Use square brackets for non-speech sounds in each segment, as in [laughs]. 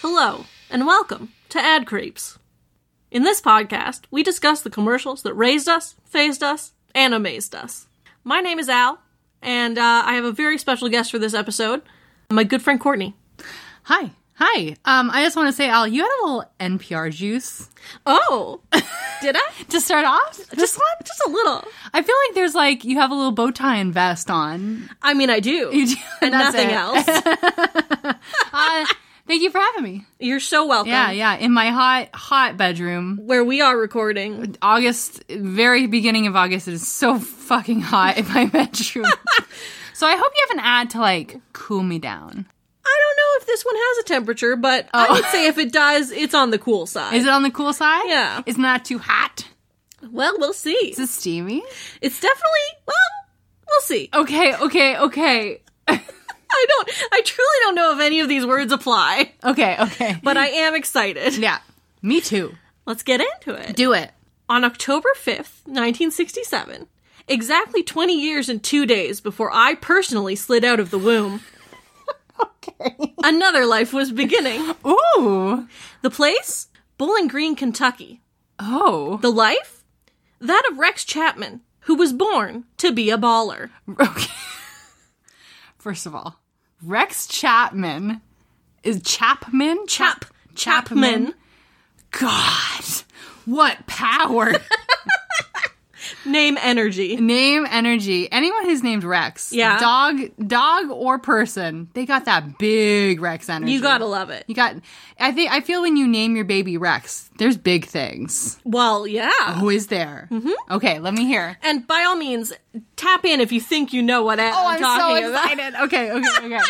Hello, and welcome to Ad Creeps. In this podcast, we discuss the commercials that raised us, phased us, and amazed us. My name is Al, and uh, I have a very special guest for this episode my good friend Courtney. Hi. Hi. Um, I just want to say, Al, you had a little NPR juice Oh, did I? to start off. Just one? [laughs] Just a little. I feel like there's like you have a little bow tie and vest on. I mean, I do. You do- and that's nothing it. [laughs] else. Uh, thank you for [laughs] having me. You're so welcome. Yeah, yeah. In my hot, hot bedroom, Where we are recording, August, very beginning of August, it is so fucking hot in my [laughs] [laughs] bedroom. so I hope you have an ad to like cool me down. I don't know if this one has a temperature, but Oh. I would say if it does, it's on the cool side. Is it on the cool side? Yeah. It's not too hot. well, we'll see. Is it steamy? It's definitely well, we'll see. Okay, okay, okay. [laughs] I don't I truly don't know if any of these words apply, Okay, okay. but I am [laughs] excited. Yeah. Me too. Let's get into it. Do it. On October 5th, 1967, exactly 20 years and 2 days before I personally slid out of the [laughs] womb, another life was [laughs] beginning. Ooh. The place? Bowling Green, Kentucky. Oh. [laughs] The life? That of Rex Chapman, who was born to be a baller. Okay. First of all, Rex Chapman is Chapman? Chap Chapman. God. [laughs] What power. Name energy. Name energy. Anyone who's named Rex, Yeah. dog, dog or person, they got that big Rex energy. You gotta love it. You got I think I feel when you name your baby Rex, there's big things. Well, yeah. Who is there? Mm-hmm. Okay, let me hear. And by all means, tap in if you think you know what ad Oh, I'm, I'm talking so about. excited. Okay, okay, okay.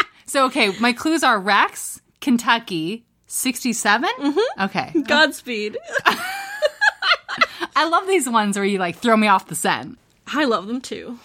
[laughs] so, okay, my clues are Rex, Kentucky, 67? Mm-hmm. Okay. [laughs] Godspeed. I love these ones where you like throw me off the scent. I love them too.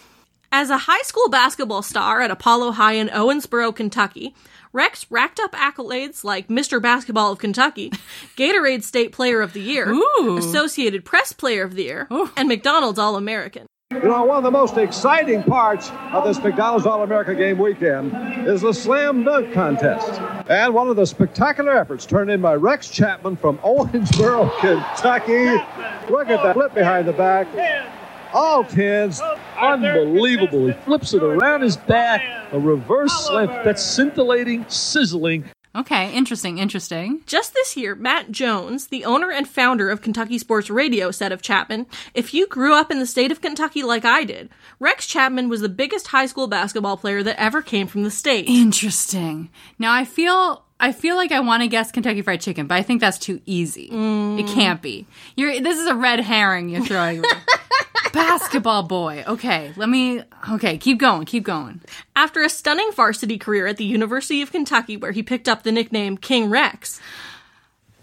As a high school basketball star at Apollo High in Owensboro, Kentucky, Rex racked up accolades like Mr. Basketball of Kentucky, [laughs] Gatorade State Player of the Year, Ooh. Associated Press Player of the Year, and McDonald's All American. You know, one of the most exciting parts of this McDonald's All America game weekend is the slam dunk contest. And one of the spectacular efforts turned in by Rex Chapman from Owensboro, [laughs] Kentucky. Look at that flip behind the back. All tens. Unbelievable. He flips it around his back. A reverse Oliver. slam. That's scintillating, sizzling. Okay, interesting, interesting. Just this year, Matt Jones, the owner and founder of Kentucky Sports Radio, said of Chapman, If you grew up in the state of Kentucky like I did, Rex Chapman was the biggest high school basketball player that ever came from the state. Interesting. Now, I feel I feel like I want to guess Kentucky Fried Chicken, but I think that's too easy. It can't be. You're this is a red herring you're throwing. [laughs] me. Basketball boy. Okay, let me Okay, keep going, keep going. After a stunning varsity career at the University of Kentucky, where he picked up the nickname King Rex,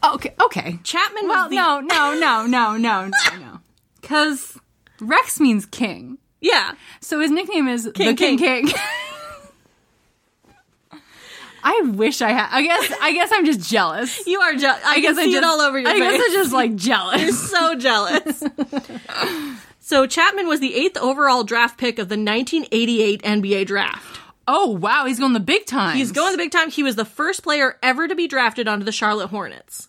Okay, okay. Chapman Well, was the. no, no, no, no, no, no, no. [laughs] Because Rex means king. Yeah. So his nickname is King, the King King. [laughs] I wish I had. I guess. I guess I'm just jealous. You are jealous. I, can guess see I it just- all over your I face. guess I'm just [laughs] like jealous. so jealous. so Chapman was the eighth overall draft pick of the 1988 NBA draft. Oh wow, he's going the big time. He's going the big time. He was the first player ever to be drafted onto the Charlotte Hornets.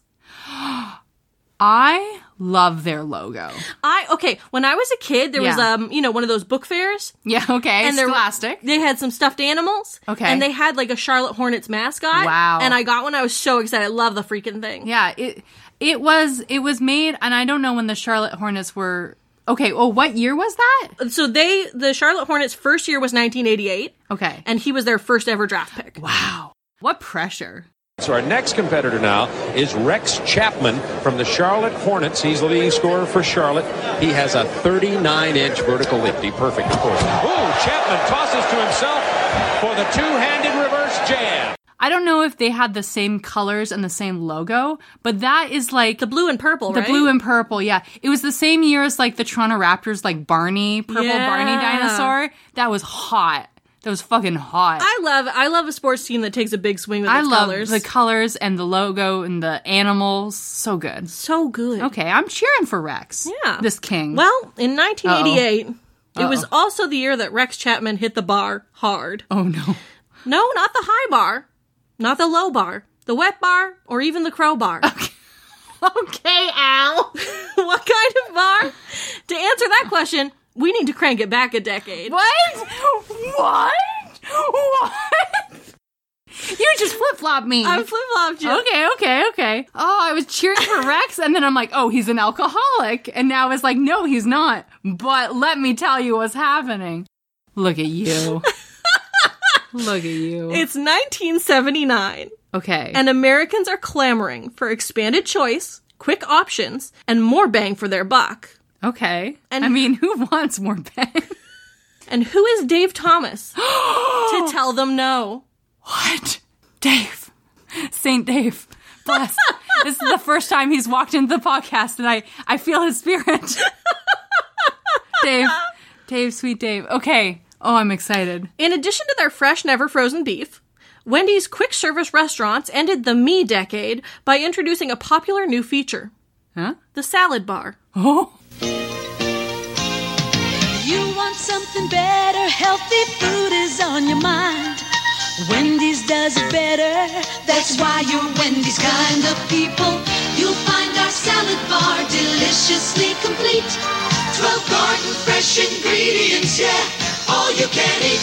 I love their logo. I okay. When I was a kid, there was Yeah. um, you know, one of those book fairs, Yeah. Okay. and And there were- they're plastic. They had some stuffed animals. Okay. and they had like a Charlotte Hornets mascot. Wow. And I got one. I was so excited. I love the freaking thing. Yeah, it it was it was made, and I don't know when the Charlotte Hornets were. Okay. Oh, what year was that? So they, the Charlotte Hornets' first year was 1988, Okay. and he was their first ever draft pick. wow, what pressure. So our next competitor now is Rex Chapman from the Charlotte Hornets. He's the leading scorer for Charlotte. He has a 39-inch vertical leap. He perfect, of course. Ooh, Chapman tosses to himself for the two-handed reverse jab. I don't know if they had the same colors and the same logo, but that is like The blue and purple, the right? blue and purple. Yeah, it was the same year as like the Toronto Raptors, like Barney, purple Yeah. Barney dinosaur. That was hot. That was fucking hot. I love, I love a sports team that takes a big swing with I its love colors. the colors and the logo and the animals. So good. so good. Okay, I'm cheering for Rex. Yeah. this king. Well, in 1988, it was also the year that Rex Chapman hit the bar hard. [laughs] oh no. No, not the high bar, not the low bar, the wet bar, or even the crowbar? Okay, Al. [laughs] what kind of bar? To answer that question, we need to crank it back a decade. [laughs] What? What? What? You just flip flop me. I'm flip flopped you. [laughs] Okay, okay, okay. Oh, I was cheering for Rex, and then I'm like, oh, he's an alcoholic. And now it's like, no, he's not. But let me tell you what's happening. Look at you. Look at you. It's 1979, okay. and Americans are clamoring for expanded choice, quick options, and more bang for their buck. okay. and- I mean, who wants more bang? And who is Dave [gasps] Thomas to tell them no? What? Dave. Saint Dave. Bless. this is the first time he's walked into the podcast and I, I feel his spirit. Dave. Dave, sweet Dave. Okay. Oh, I'm excited. In addition to their fresh, never frozen beef, Wendy's quick service restaurants ended the me decade by introducing a popular new feature Huh? the salad bar. Oh. You want something better, healthy food is on your mind. Wendy's does it better. That's why you're Wendy's kind of people. You'll find our salad bar deliciously complete. 12 garden fresh ingredients, yeah, all you can eat.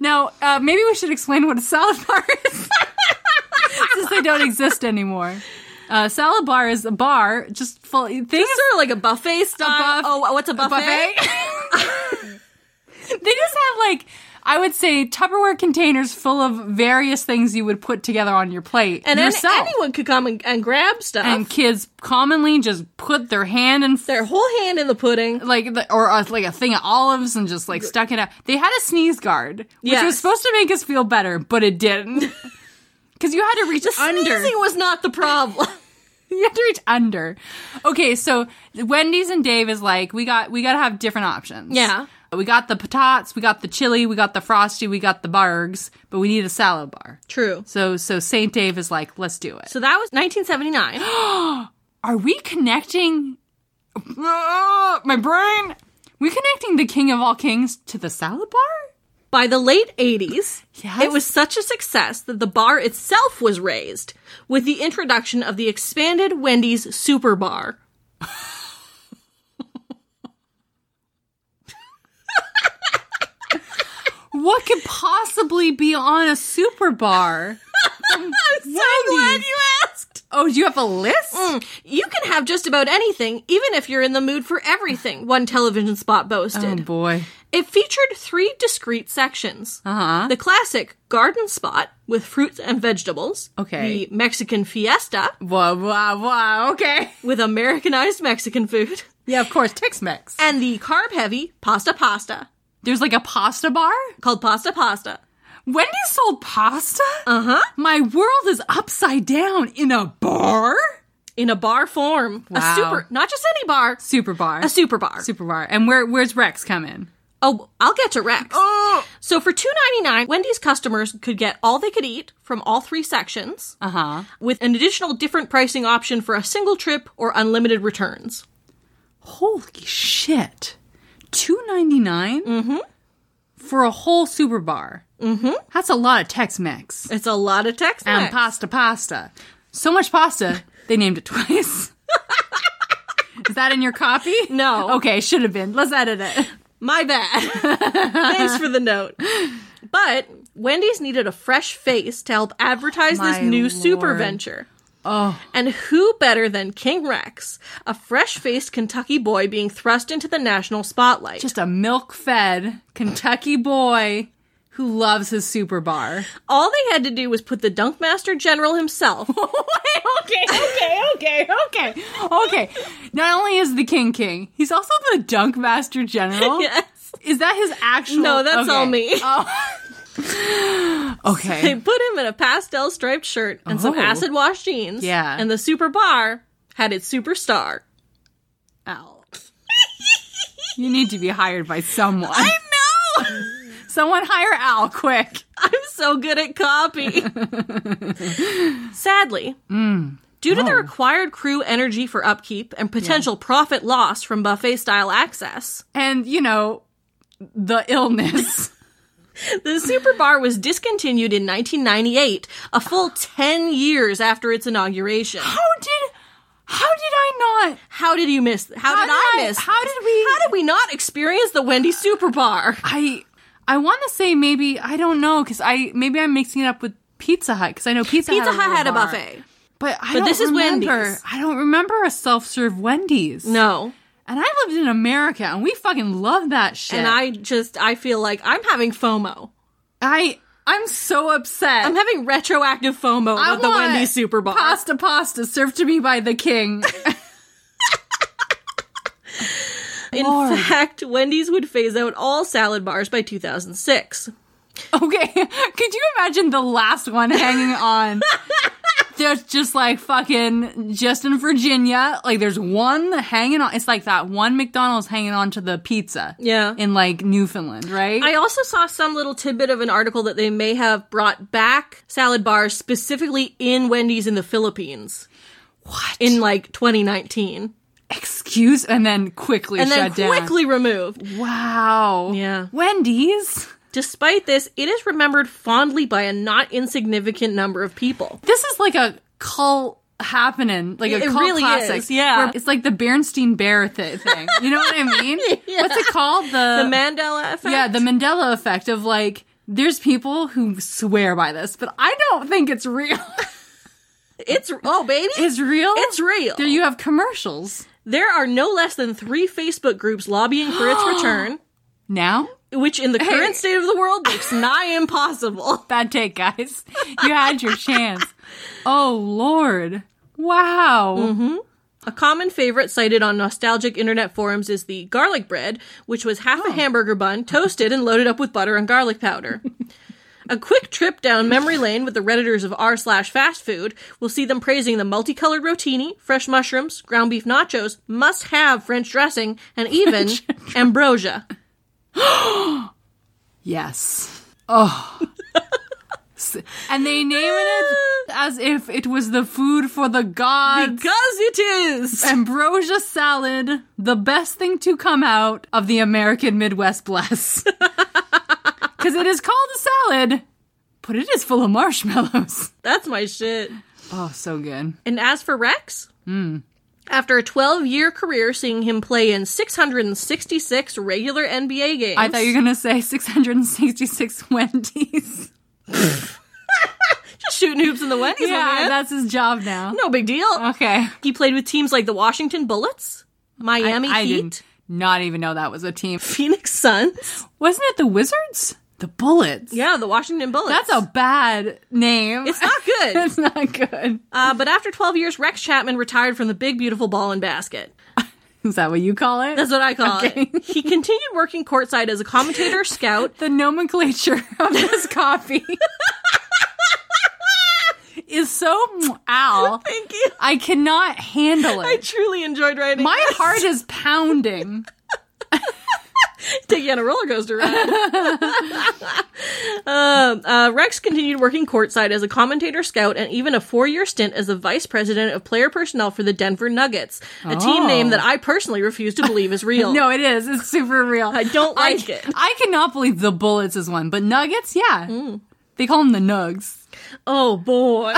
Now, uh, maybe we should explain what a salad [laughs] bar is. Since they don't exist anymore. Uh, salad bar is a bar just full things Is there like a buffet style? buff- oh, what's a buffet? buffet. [laughs] they just have like I would say Tupperware containers full of various things you would put together on your plate And then yourself. anyone could come and, and grab stuff. and kids commonly just put their hand in their whole hand in the pudding. like the, or uh, like a thing of olives and just like stuck it out. They had a sneeze guard, which Yes. was supposed to make us feel better, but [laughs] it didn't. Because you had to reach under. Sneezing was not the problem. [laughs] You have to reach under. Okay, so Wendy's and Dave is like, we got we gotta have different options. Yeah. We got the patats, we got the chili, we got the frosty, we got the bargs, but we need a salad bar. True. So so Saint Dave is like, let's do it. So that was [gasps] 1979. Are we connecting [laughs] Ah, my brain? We connecting the king of all kings to the salad bar? By the late 80s, Yes. it was such a success that the bar itself was raised with the introduction of the expanded Wendy's Super Bar. What could possibly be on a super [laughs] bar? I'm so glad you asked. Oh, do you have a list? Hmm. You can have just about anything, even if you're in the mood for everything, one television spot Oh boasted. boy. It featured three discrete sections. Uh-huh. The classic garden spot with fruits and vegetables. Okay. The Mexican fiesta Wow, wow, wow. Okay. with Americanized Mexican food. [laughs] Yeah, of course, Tex Mex. And the carb heavy pasta pasta There's like a pasta bar. called pasta pasta. Wendy's sold pasta. Uh huh. My world is upside down in a bar. In a bar form. A Wow. super not just any bar. Super bar. A super bar. super bar. And where where's Rex come in? Oh, I'll get to Rex. Oh. So for two ninety nine, Wendy's customers could get all they could eat from all three sections, Uh huh. with an additional different pricing option for a single trip or unlimited returns. Holy shit. Two ninety nine. Mm hmm. For a whole super bar. Mm hmm. That's a lot of Tex Mex It's a lot of text. and pasta pasta. So much pasta. They named it twice. Is that in your copy? No. Okay, should have been. Let's edit it. My bad. [laughs] Thanks for the note. But Wendy's needed a fresh face to help advertise My this new super lord. venture. Oh. And who better than King Rex, a fresh faced Kentucky boy being thrust into the national spotlight? just a milk fed Kentucky boy who loves his super bar. All they had to do was put the Dunkmaster General himself. [laughs] okay, okay, okay, okay, okay. Not only is the king king, he's also the dunk master [laughs] general. yes. Is that his actual? No, that's okay. Oh. all me. They [laughs] Okay. put him in a pastel striped shirt and some Oh. acid wash jeans. Yeah. And the super bar had its superstar. [laughs] Ow. You need to be hired by someone. No! [laughs] Someone hire Al quick. I'm so good at [laughs] copy. Sadly, Mm. due Oh. to the required crew energy for upkeep and potential profit loss from buffet style access, [laughs] And you know, the illness. The Super Bar was discontinued in 1998, a full 10 years after its inauguration. How did how did I not? How did you miss? How, How did, I, did I- miss? how this? did we- How did we not experience the Wendy Super Bar? I I want to say maybe I don't know because I maybe I'm mixing it up with Pizza Hut because I know Pizza [laughs] Pizza Hut Hut had a little bar. buffet. but I But don't this is remember. Wendy's. I don't remember a self serve Wendy's. No, and I lived in America and we fucking love that shit. and I just I feel like I'm having FOMO. I I'm so upset. I'm having retroactive FOMO I about the want Wendy Super Bar. Pasta, pasta, served to me by [laughs] the king. In fact, Wendy's would phase out all salad bars by 2006. Okay, [laughs] could you imagine the last one hanging [laughs] on? There's just like fucking just in Virginia, like there's one hanging on. It's like that one McDonald's hanging on to the pizza. Yeah. in like Newfoundland, right? I also saw some little tidbit of an article that they may have brought back salad bars specifically in Wendy's in the Philippines. What? In like 2019. Excuse, and then quickly And then shut down. quickly removed. Wow. Yeah. Wendy's. Despite this, it is remembered fondly by a not insignificant number of people. This is like a cult happening, like It- a it cult really classic. is, yeah. where it's like the Bernstein Bear th- thing. You know what I [laughs] mean? What's it called? The Mandela effect? Uh, Yeah, the Mandela effect of like, there's people who swear by this, but I don't think it's real. [laughs] It's oh baby. it's real. It's real. There you have commercials there are no less than 3 Facebook groups lobbying for [gasps] its return, now. which in the current state of the world [laughs] looks nigh impossible. Bad take, guys. You had your [laughs] chance. Oh Lord! Wow. A common favorite cited on nostalgic internet forums is the garlic bread, which was half Oh. a hamburger bun toasted and loaded up with butter and garlic powder. a quick trip down memory lane with the redditors of r slash fast food will see them praising the multicolored rotini, fresh mushrooms, ground beef nachos, must have French dressing, and even [laughs] ambrosia. Yes. Oh. S- and they name it as if it was the food for the gods. Because it is! [laughs] Ambrosia salad, the best thing to come out of the American Midwest bless. [laughs] Because it is called a salad, but it is full of marshmallows. That's my shit. Oh, so good. And as for Rex, Hmm. after a 12 year career seeing him play in 666 regular NBA games, I thought you were going to say 666 [laughs] Wendy's. just shooting hoops in the Wendy's. my yeah, man. that's his job now. no big deal. Okay. Uh, He played with teams like the Washington Bullets, Miami I Heat, didn't not even know that was a team. Phoenix Suns. Wasn't it the Wizards? The Bullets. Yeah, the Washington Bullets. That's a bad name. It's not good. [laughs] it's not good. uh, but after 12 years, Rex Chapman retired from the big, beautiful ball and basket. Is that what you call it? That's what I call it. He continued working courtside as a commentator, scout, the nomenclature [laughs] of [laughs] this coffee is so ow. Thank you. I cannot handle I it. truly enjoyed writing. My heart is [laughs] pounding. take you on a roller coaster ride. [laughs] um, uh, Rex continued working courtside as a commentator, scout, and even a four-year stint as the vice president of player personnel for the Denver Nuggets, a team Oh. name that I personally refuse to believe is real. [laughs] No, it is. It's super real. I don't like it. I cannot believe the bullets is one, but nuggets, yeah. Mm. They call them the nugs. Oh boy,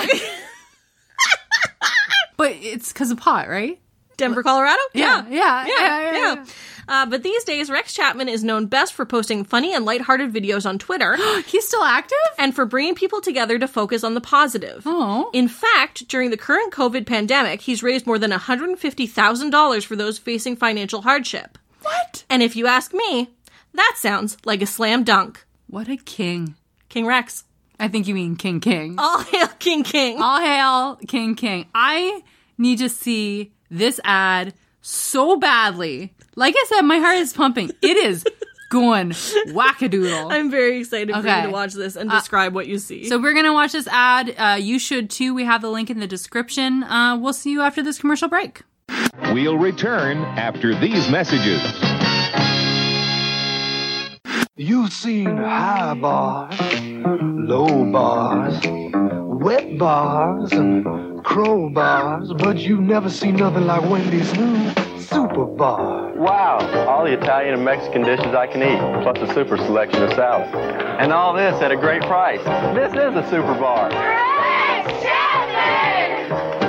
But it's because of pot, right? [laughs] Denver, Colorado. Yeah, yeah, yeah, yeah, yeah, yeah. yeah. Uh, but these days, Rex Chapman is known best for posting funny and lighthearted videos on Twitter. [gasps] He's still active? and for bringing people together to focus on the positive. Oh. In fact, during the current COVID pandemic, he's raised more than $150,000 for those facing financial hardship. What? And if you ask me, that sounds like a slam dunk. What a king. King Rex. I think you mean King King. All hail King King. All hail King King. I need to see this ad so badly. Like I said, my heart is pumping. It is going wackadoodle. I'm very excited for you Okay. Uh, to watch this and describe what you see. so we're gonna watch this ad. Uh, you should too. We have the link in the description. Uh, we'll see you after this commercial break. We'll return after these messages. You've seen high bars, low bars, wet bars, and crowbars, but you've never seen nothing like Wendy's new super bar. Wow, all the Italian and Mexican dishes I can eat, plus a super selection of salads. And all this at a great price. This is a super bar.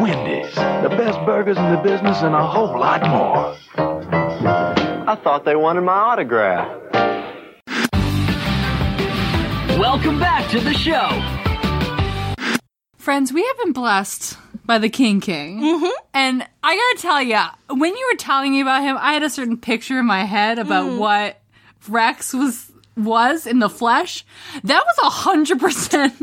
Wendy's, the best burgers in the business and a whole lot more. I thought they wanted my autograph. Welcome back to the show. Friends, we have been blessed by the King King. Mm-hmm. And I gotta tell ya, when you were telling me about him, I had a certain picture in my head about what Rex was was in the flesh. That was a hundred percent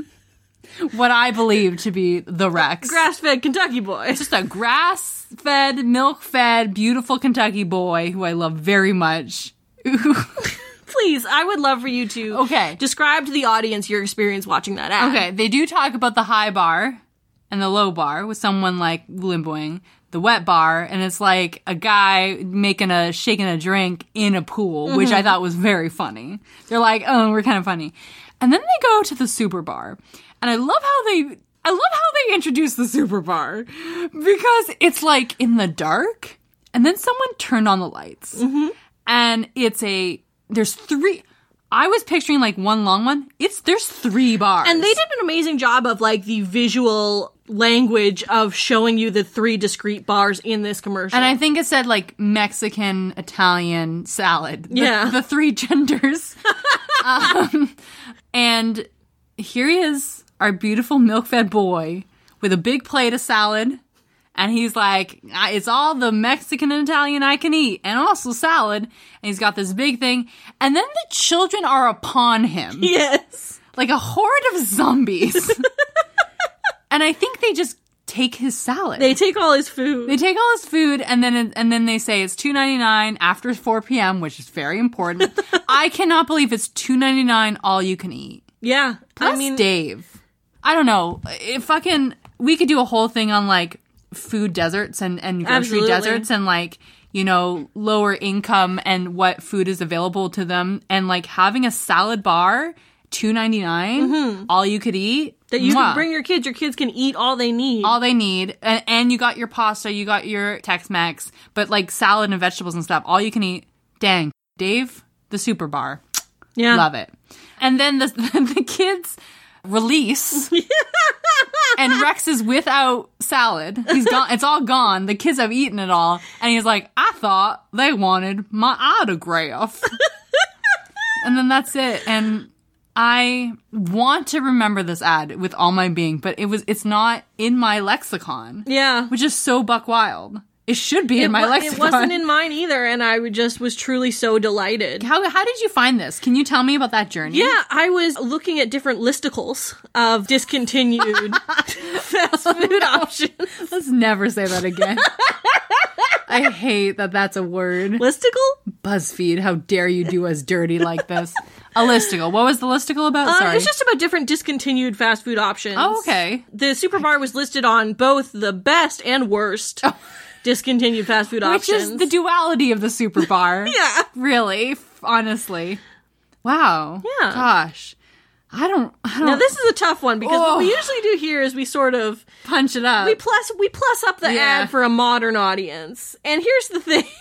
what I believed to be the Rex. Grass fed Kentucky boy. Just a grass fed, milk fed, beautiful Kentucky boy who I love very much. [laughs] Please, I would love for you to Okay. describe to the audience your experience watching that ad. Okay, they do talk about the high bar and the low bar with someone like limboing the wet bar, and it's like a guy making a shaking a drink in a pool, which Mm-hmm. I thought was very funny. They're like, oh, we're kind of funny, and then they go to the super bar, and I love how they. I love how they introduce the super bar because it's like in the dark, and then someone turned on the lights Mm-hmm. and it's a there's three I was picturing like one long one. It's there's three bars. And they did an amazing job of like the visual language of showing you the three discrete bars in this commercial. and I think it said like Mexican, Italian salad. The- Yeah. The three [laughs] genders. Um, and here he is, our beautiful milk fed boy with a big plate of salad. And he's like, "I- it's all the Mexican and Italian I can eat, and also salad. And he's got this big thing. And then the children are upon [laughs] him. yes. like a horde of zombies. [laughs] and I think they just take his salad. They take all his food. They take all his food and then and then they say it's two ninety nine after four p.m., which is [laughs] very important. I cannot believe it's two ninety nine all you can eat. yeah. Plus I mean, Dave. I don't know. It fucking we could do a whole thing on like food deserts and and grocery Absolutely. deserts and like you know lower income and what food is available to them and like having a salad bar 2.99 Mm-hmm. all you could eat that you mwah, can bring your kids, your kids can eat all they need. [laughs] all they need and, and you got your pasta you got your tex-mex but like salad and vegetables and stuff all you can eat dang dave the super bar yeah. Love it. And then the [laughs] the kids release and Rex is without salad. He's gone it's all gone. The kids have eaten it all. And he's like, I thought they wanted my autograph. and then that's it. And I want to remember this ad with all my being, but it was it's not in my lexicon. Yeah. Which is so buck wild. It should be in my wa- lexicon. It wasn't in mine either, and I would- just was truly so delighted. [laughs] how, how did you find this? Can you tell me about that journey? Yeah, I was looking at different listicles of [laughs] discontinued fast Oh, food options. Let's never say that [laughs] again. I hate that that's a word. Listicle? BuzzFeed, how dare you do us dirty like this? A listicle. What was the listicle about? Uh, Sorry. it's just about different discontinued fast food options. oh, okay. The super bar was listed on both the best and worst discontinued fast food Oh. Which options. is the duality of the super [laughs] bar. yeah. Really, f- honestly. Wow. Yeah. Gosh. I don't, I don't Now this is a tough one because what we Oh. usually do here is we sort of punch it up. we plus we plus up the Yeah. ad for a modern audience. And here's the thing. [laughs]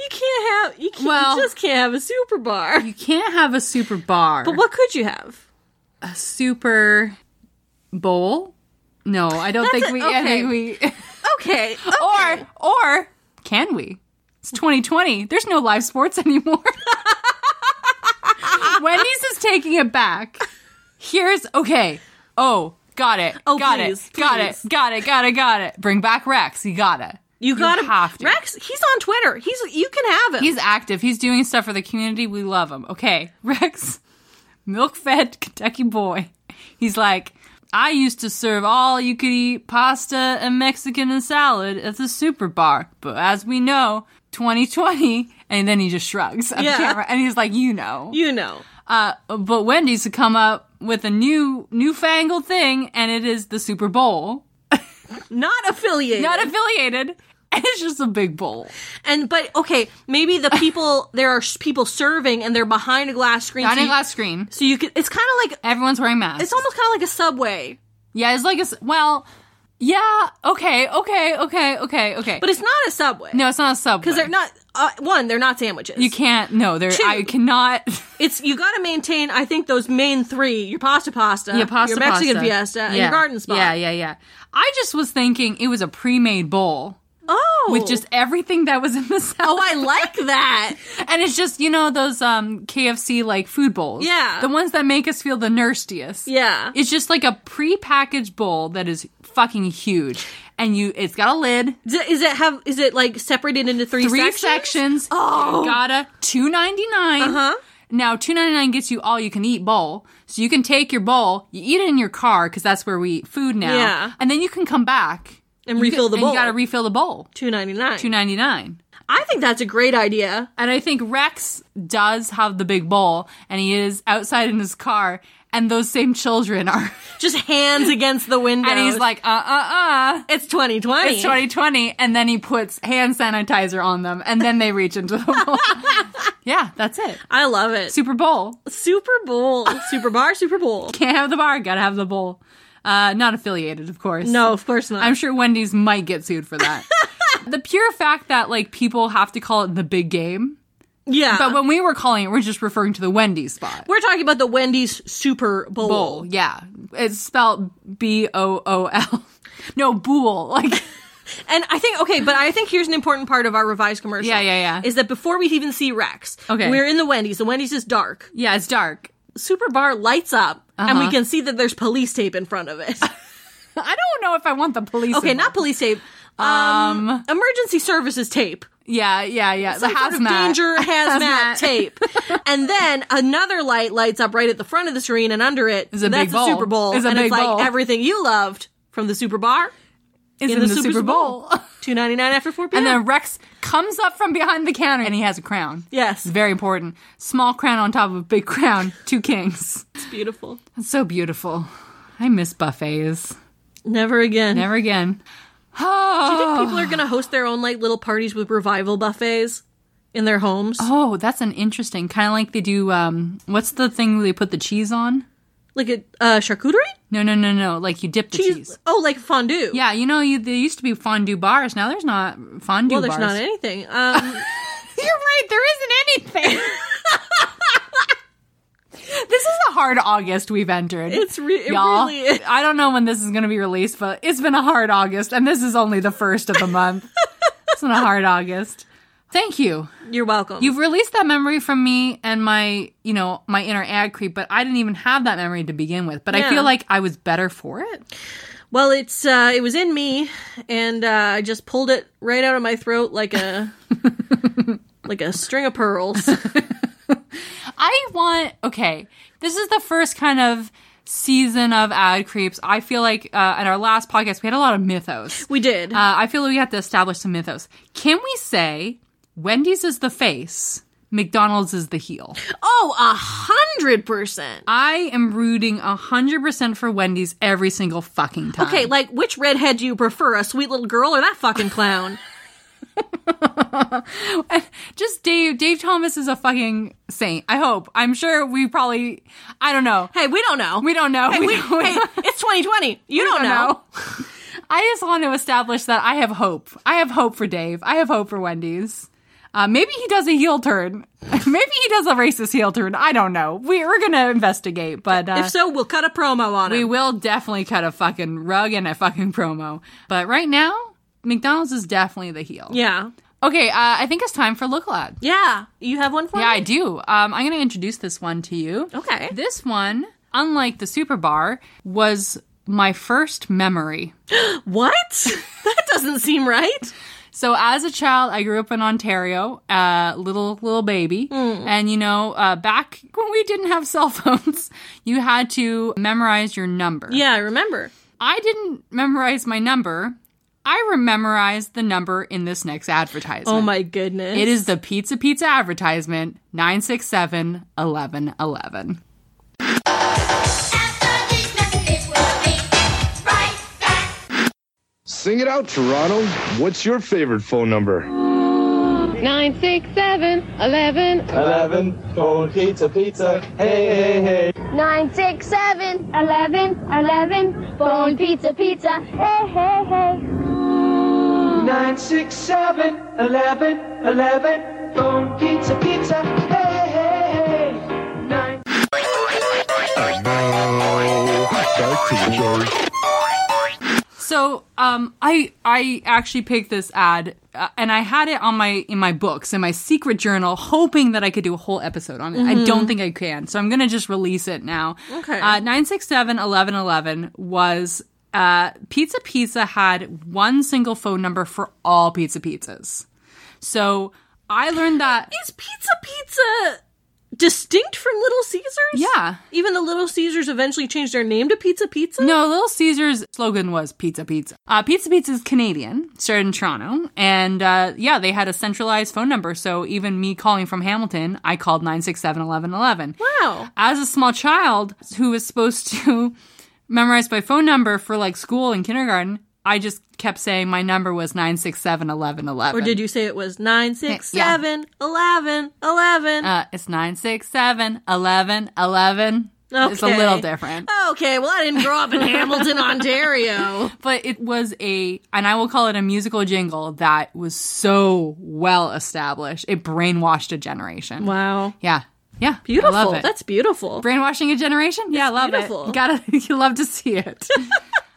You can't have you, can't, Well- you just can't have a super bar. you can't have a super bar. But what could you have? a super bowl? No, I don't That's think a- we, [laughs] I okay. think we. [laughs] Okay. Or or can we? It's 2020. There's no live sports [laughs] anymore. Wendy's is taking it back. Here's okay. Oh, got it. Oh, got please, it. Got it. please. Got it. Got it. Got it. Bring back Rex. You got it. You gotta have to. Rex, he's on Twitter. He's you can have him. He's active. He's doing stuff for the community. We love him. Okay, [laughs] Rex, milk-fed Kentucky boy. He's like, I used to serve all you could eat pasta and Mexican and salad at the super bar, but as we know, 2020. And then he just shrugs at Yeah. the camera, and he's like, "You know." you know. Uh, but Wendy's to come up with a new, newfangled thing, and it is the Super Bowl, Not affiliated. not affiliated, [laughs] and it's just a big bowl. and but okay, maybe [laughs] the people there are s- people serving and they're behind a glass screen. so Dining you- glass screen. So you can it's kind of like Everyone's wearing masks. it's almost kind of like a subway. Yeah, it's like a s- well, Yeah. Okay. Okay. Okay. Okay. Okay. But it's not a subway. No, it's not a subway. Because they're not uh, one. They're not sandwiches. You can't. No, they're. Two. I cannot. [laughs] It's you got to maintain. I think those main three: your pasta, pasta, Yeah, pasta, your Mexican pasta. fiesta, and Yeah. your garden spot. Yeah, yeah, yeah. I just was thinking it was a pre-made bowl Oh, with just everything that was in the oh, salad. I like that. and it's just you know those um KFC like food bowls. Yeah. the ones that make us feel the nurstiest. Yeah, It's just like a pre-packaged bowl that is fucking huge, and you it's got a lid, Is it- is it have is it like separated into three three sections? Uh-huh. sections. Oh, gotta two ninety nine. Uh huh. Now two ninety nine gets you all you can eat bowl, so you can take your bowl, you eat it in your car because that's where we eat food now. Yeah. and then you can come back And You refill the and bowl. You gotta refill the bowl. Two ninety nine. Two ninety nine. I think that's a great idea. And I think Rex does have the big bowl, and he is outside in his car, and those same children are, [laughs] Just hands against the window, and he's like, uh uh uh. "It's twenty twenty. It's 2020, and then he puts hand sanitizer on them, and then they reach into [laughs] the bowl. yeah, that's it. I love it. Super Bowl. Super Bowl, Super Bar, Super [laughs] Bowl. Can't have the bar, gotta have the bowl. Uh, not affiliated, of course. No, of course not. I'm sure Wendy's might get sued for [laughs] that. the pure fact that like people have to call it the big game, yeah, but when we were calling it, we're just referring to the Wendy's spot. we're talking about the Wendy's Super Bowl. Bowl, yeah. It's spelled B O O L. No, bool. [laughs] Like And I think okay, but I think here's an important part of our revised commercial. Yeah, yeah, yeah. Is that before we even see Rex, Okay. we're in the Wendy's. The Wendy's is dark. yeah, it's dark. Super Bar lights up, and Uh-huh. we can see that there's police tape in front of [laughs] it. I don't know if I want the police. okay, not involved. police tape. Um, emergency services tape. Yeah, yeah, yeah. Some the hazmat. sort of [laughs] danger hazmat Hazmat. tape. and then another light lights up right at the front of the screen, and under it Is a that's big the bowl. Super Bowl, Is a and big it's like bowl. everything you loved from the Super Bar is in, the, Super, Bowl. Two ninety nine after four p.m. [laughs] and [laughs] then Rex comes up from behind the counter and he has a crown. yes, It's very important. Small crown on top of a big [laughs] crown, two kings. it's beautiful. It's so beautiful. I miss buffets. Never again. Never again. Oh, People are gonna host their own like little parties with revival buffets in their homes, oh, that's an interesting kind of like they do. Um, what's the thing where they put the cheese on? like a uh, charcuterie No, no, no, no. Like you dip the cheese. Oh, like fondue. Yeah, you know, you, there used to be fondue bars. Now there's not fondue Well, there's bars. not anything. Um, [laughs] You're right. There isn't anything. [laughs] this is a hard August we've entered. It's re- it y'all. really [laughs] is. I don't know when this is going to be released, but it's been a hard August, and this is only the first of the month. [laughs] it's been a hard August. Thank you. you're welcome. You've released that memory from me and my, you know, my inner ad creep, but I didn't even have that memory to begin with. But I Yeah. feel like I was better for it. well, it's uh, it was in me, and uh, I just pulled it right out of my throat like [laughs] a like a string of pearls. I want okay. This is the first kind of season of ad creeps. I feel like uh, in our last podcast we had a lot of mythos. we did. Uh, I feel like we have to establish some mythos. Can we say Wendy's is the face, McDonald's is the heel? oh, a hundred percent. I am rooting hundred percent for Wendy's every single fucking time. Okay, like which redhead do you prefer, a sweet little girl or that fucking [laughs] clown? just Dave. Dave Thomas is a fucking saint. I hope. I'm sure we probably. I don't know. hey, we don't know. We don't know. Hey, we, don't- hey, it's 2020. You don't, know. [laughs] I just want to establish that I have hope. I have hope for Dave. I have hope for Wendy's. Uh, maybe he does a heel turn. [laughs] maybe he does a racist heel turn. I don't know. We, we're going to investigate, but uh, If so, we'll cut a promo on we it. will definitely cut a fucking rug and a fucking promo. But right now, McDonald's is definitely the heel. Yeah. Okay, uh, I think it's time for Look Lad. Yeah. You have one for Yeah, me? I do. Um, I'm going to introduce this one to you. Okay. This one, unlike the Super Bar, was my first memory. What? [laughs] that doesn't seem right. So as a child, I grew up in Ontario, uh, little little baby, Mm. and you know, uh, back when we didn't have [laughs] cell phones, you had to memorize your number. Yeah, I remember. I didn't memorize my number. I memorized the number in this next advertisement. Oh my goodness. It is the Pizza Pizza advertisement 967 1111. Sing it out, Toronto. What's your favorite phone number? Nine, six, seven, eleven. 11, cold pizza, pizza, hey, hey, hey. Nine, six, seven, eleven, eleven. Bone pizza, pizza, hey, hey, hey. Nine, six, seven, eleven, eleven. Bone pizza, pizza, hey, hey, hey. Nine. So um, I I actually picked this ad, uh, and I had it on my in my books in my secret journal, hoping that I could do a whole episode on it. I Mhm. don't think I can, so I'm gonna just release it now. Okay. Uh, Nine six seven eleven eleven was uh, Pizza Pizza had one single phone number for all Pizza Pizzas, so I learned that is Pizza Pizza distinct from Little Caesars? Yeah. Even though Little Caesars eventually changed their name to Pizza Pizza? No, Little Caesars' slogan was Pizza Pizza. Uh, pizza Pizza is Canadian, started in Toronto, and uh, yeah, they had a centralized phone number. So even me calling from Hamilton, I called 967 1111. Wow. As a small child who was supposed to [laughs] memorize my phone number for like school and kindergarten, I just kept saying my number was 967 1111. Or did you say it was nine six Yeah. seven eleven eleven? Uh, it's 967 1111. It's a Okay. little different. Okay, well, I didn't grow up [laughs] in Hamilton, Ontario. But it was a, and I will call it a musical jingle that was so well established. It brainwashed a generation. Wow. Yeah. Yeah. Beautiful. I love it. That's beautiful. Brainwashing a generation? yeah, I love beautiful. it. Gotta, [laughs] you love to [laughs] see it.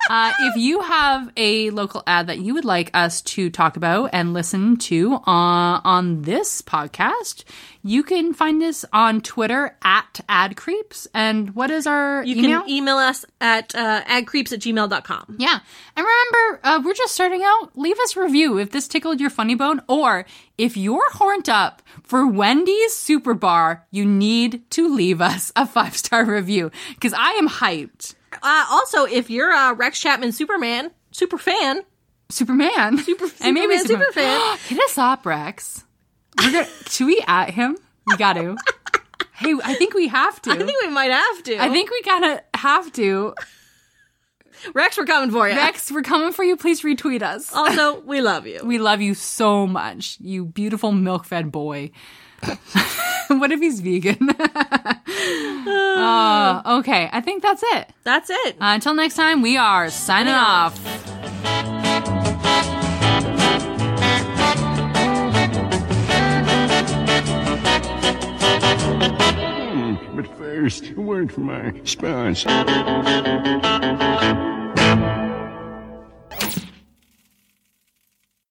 uh, if you have a local ad that you would like us to talk about and listen to uh, on this podcast, you can find us on Twitter at AdCreeps. And what is our You email? can email us at uh, agcreeps at gmail.com. Yeah. And remember, uh, we're just starting out. Leave us a review if this tickled your funny bone, or if you're horned up for Wendy's Super Bar, you need to leave us a five star [laughs] review because I am hyped. Uh, also, if you're a Rex Chapman Superman, super fan, Superman, super, [laughs] and maybe super fan. [gasps] Hit us up, Rex. [laughs] We're gonna, should we at him? We got to. Hey, I think we have to. I think we might have to. I think we gotta have to. Rex, we're coming for you. Rex, we're coming for you. Please retweet us. Also, we love you. We love you so much, you beautiful milk fed boy. [laughs] what if he's vegan? [laughs] oh, okay. I think that's it. Uh, That's it. until next time, we are signing off. But first, a word from our sponsor.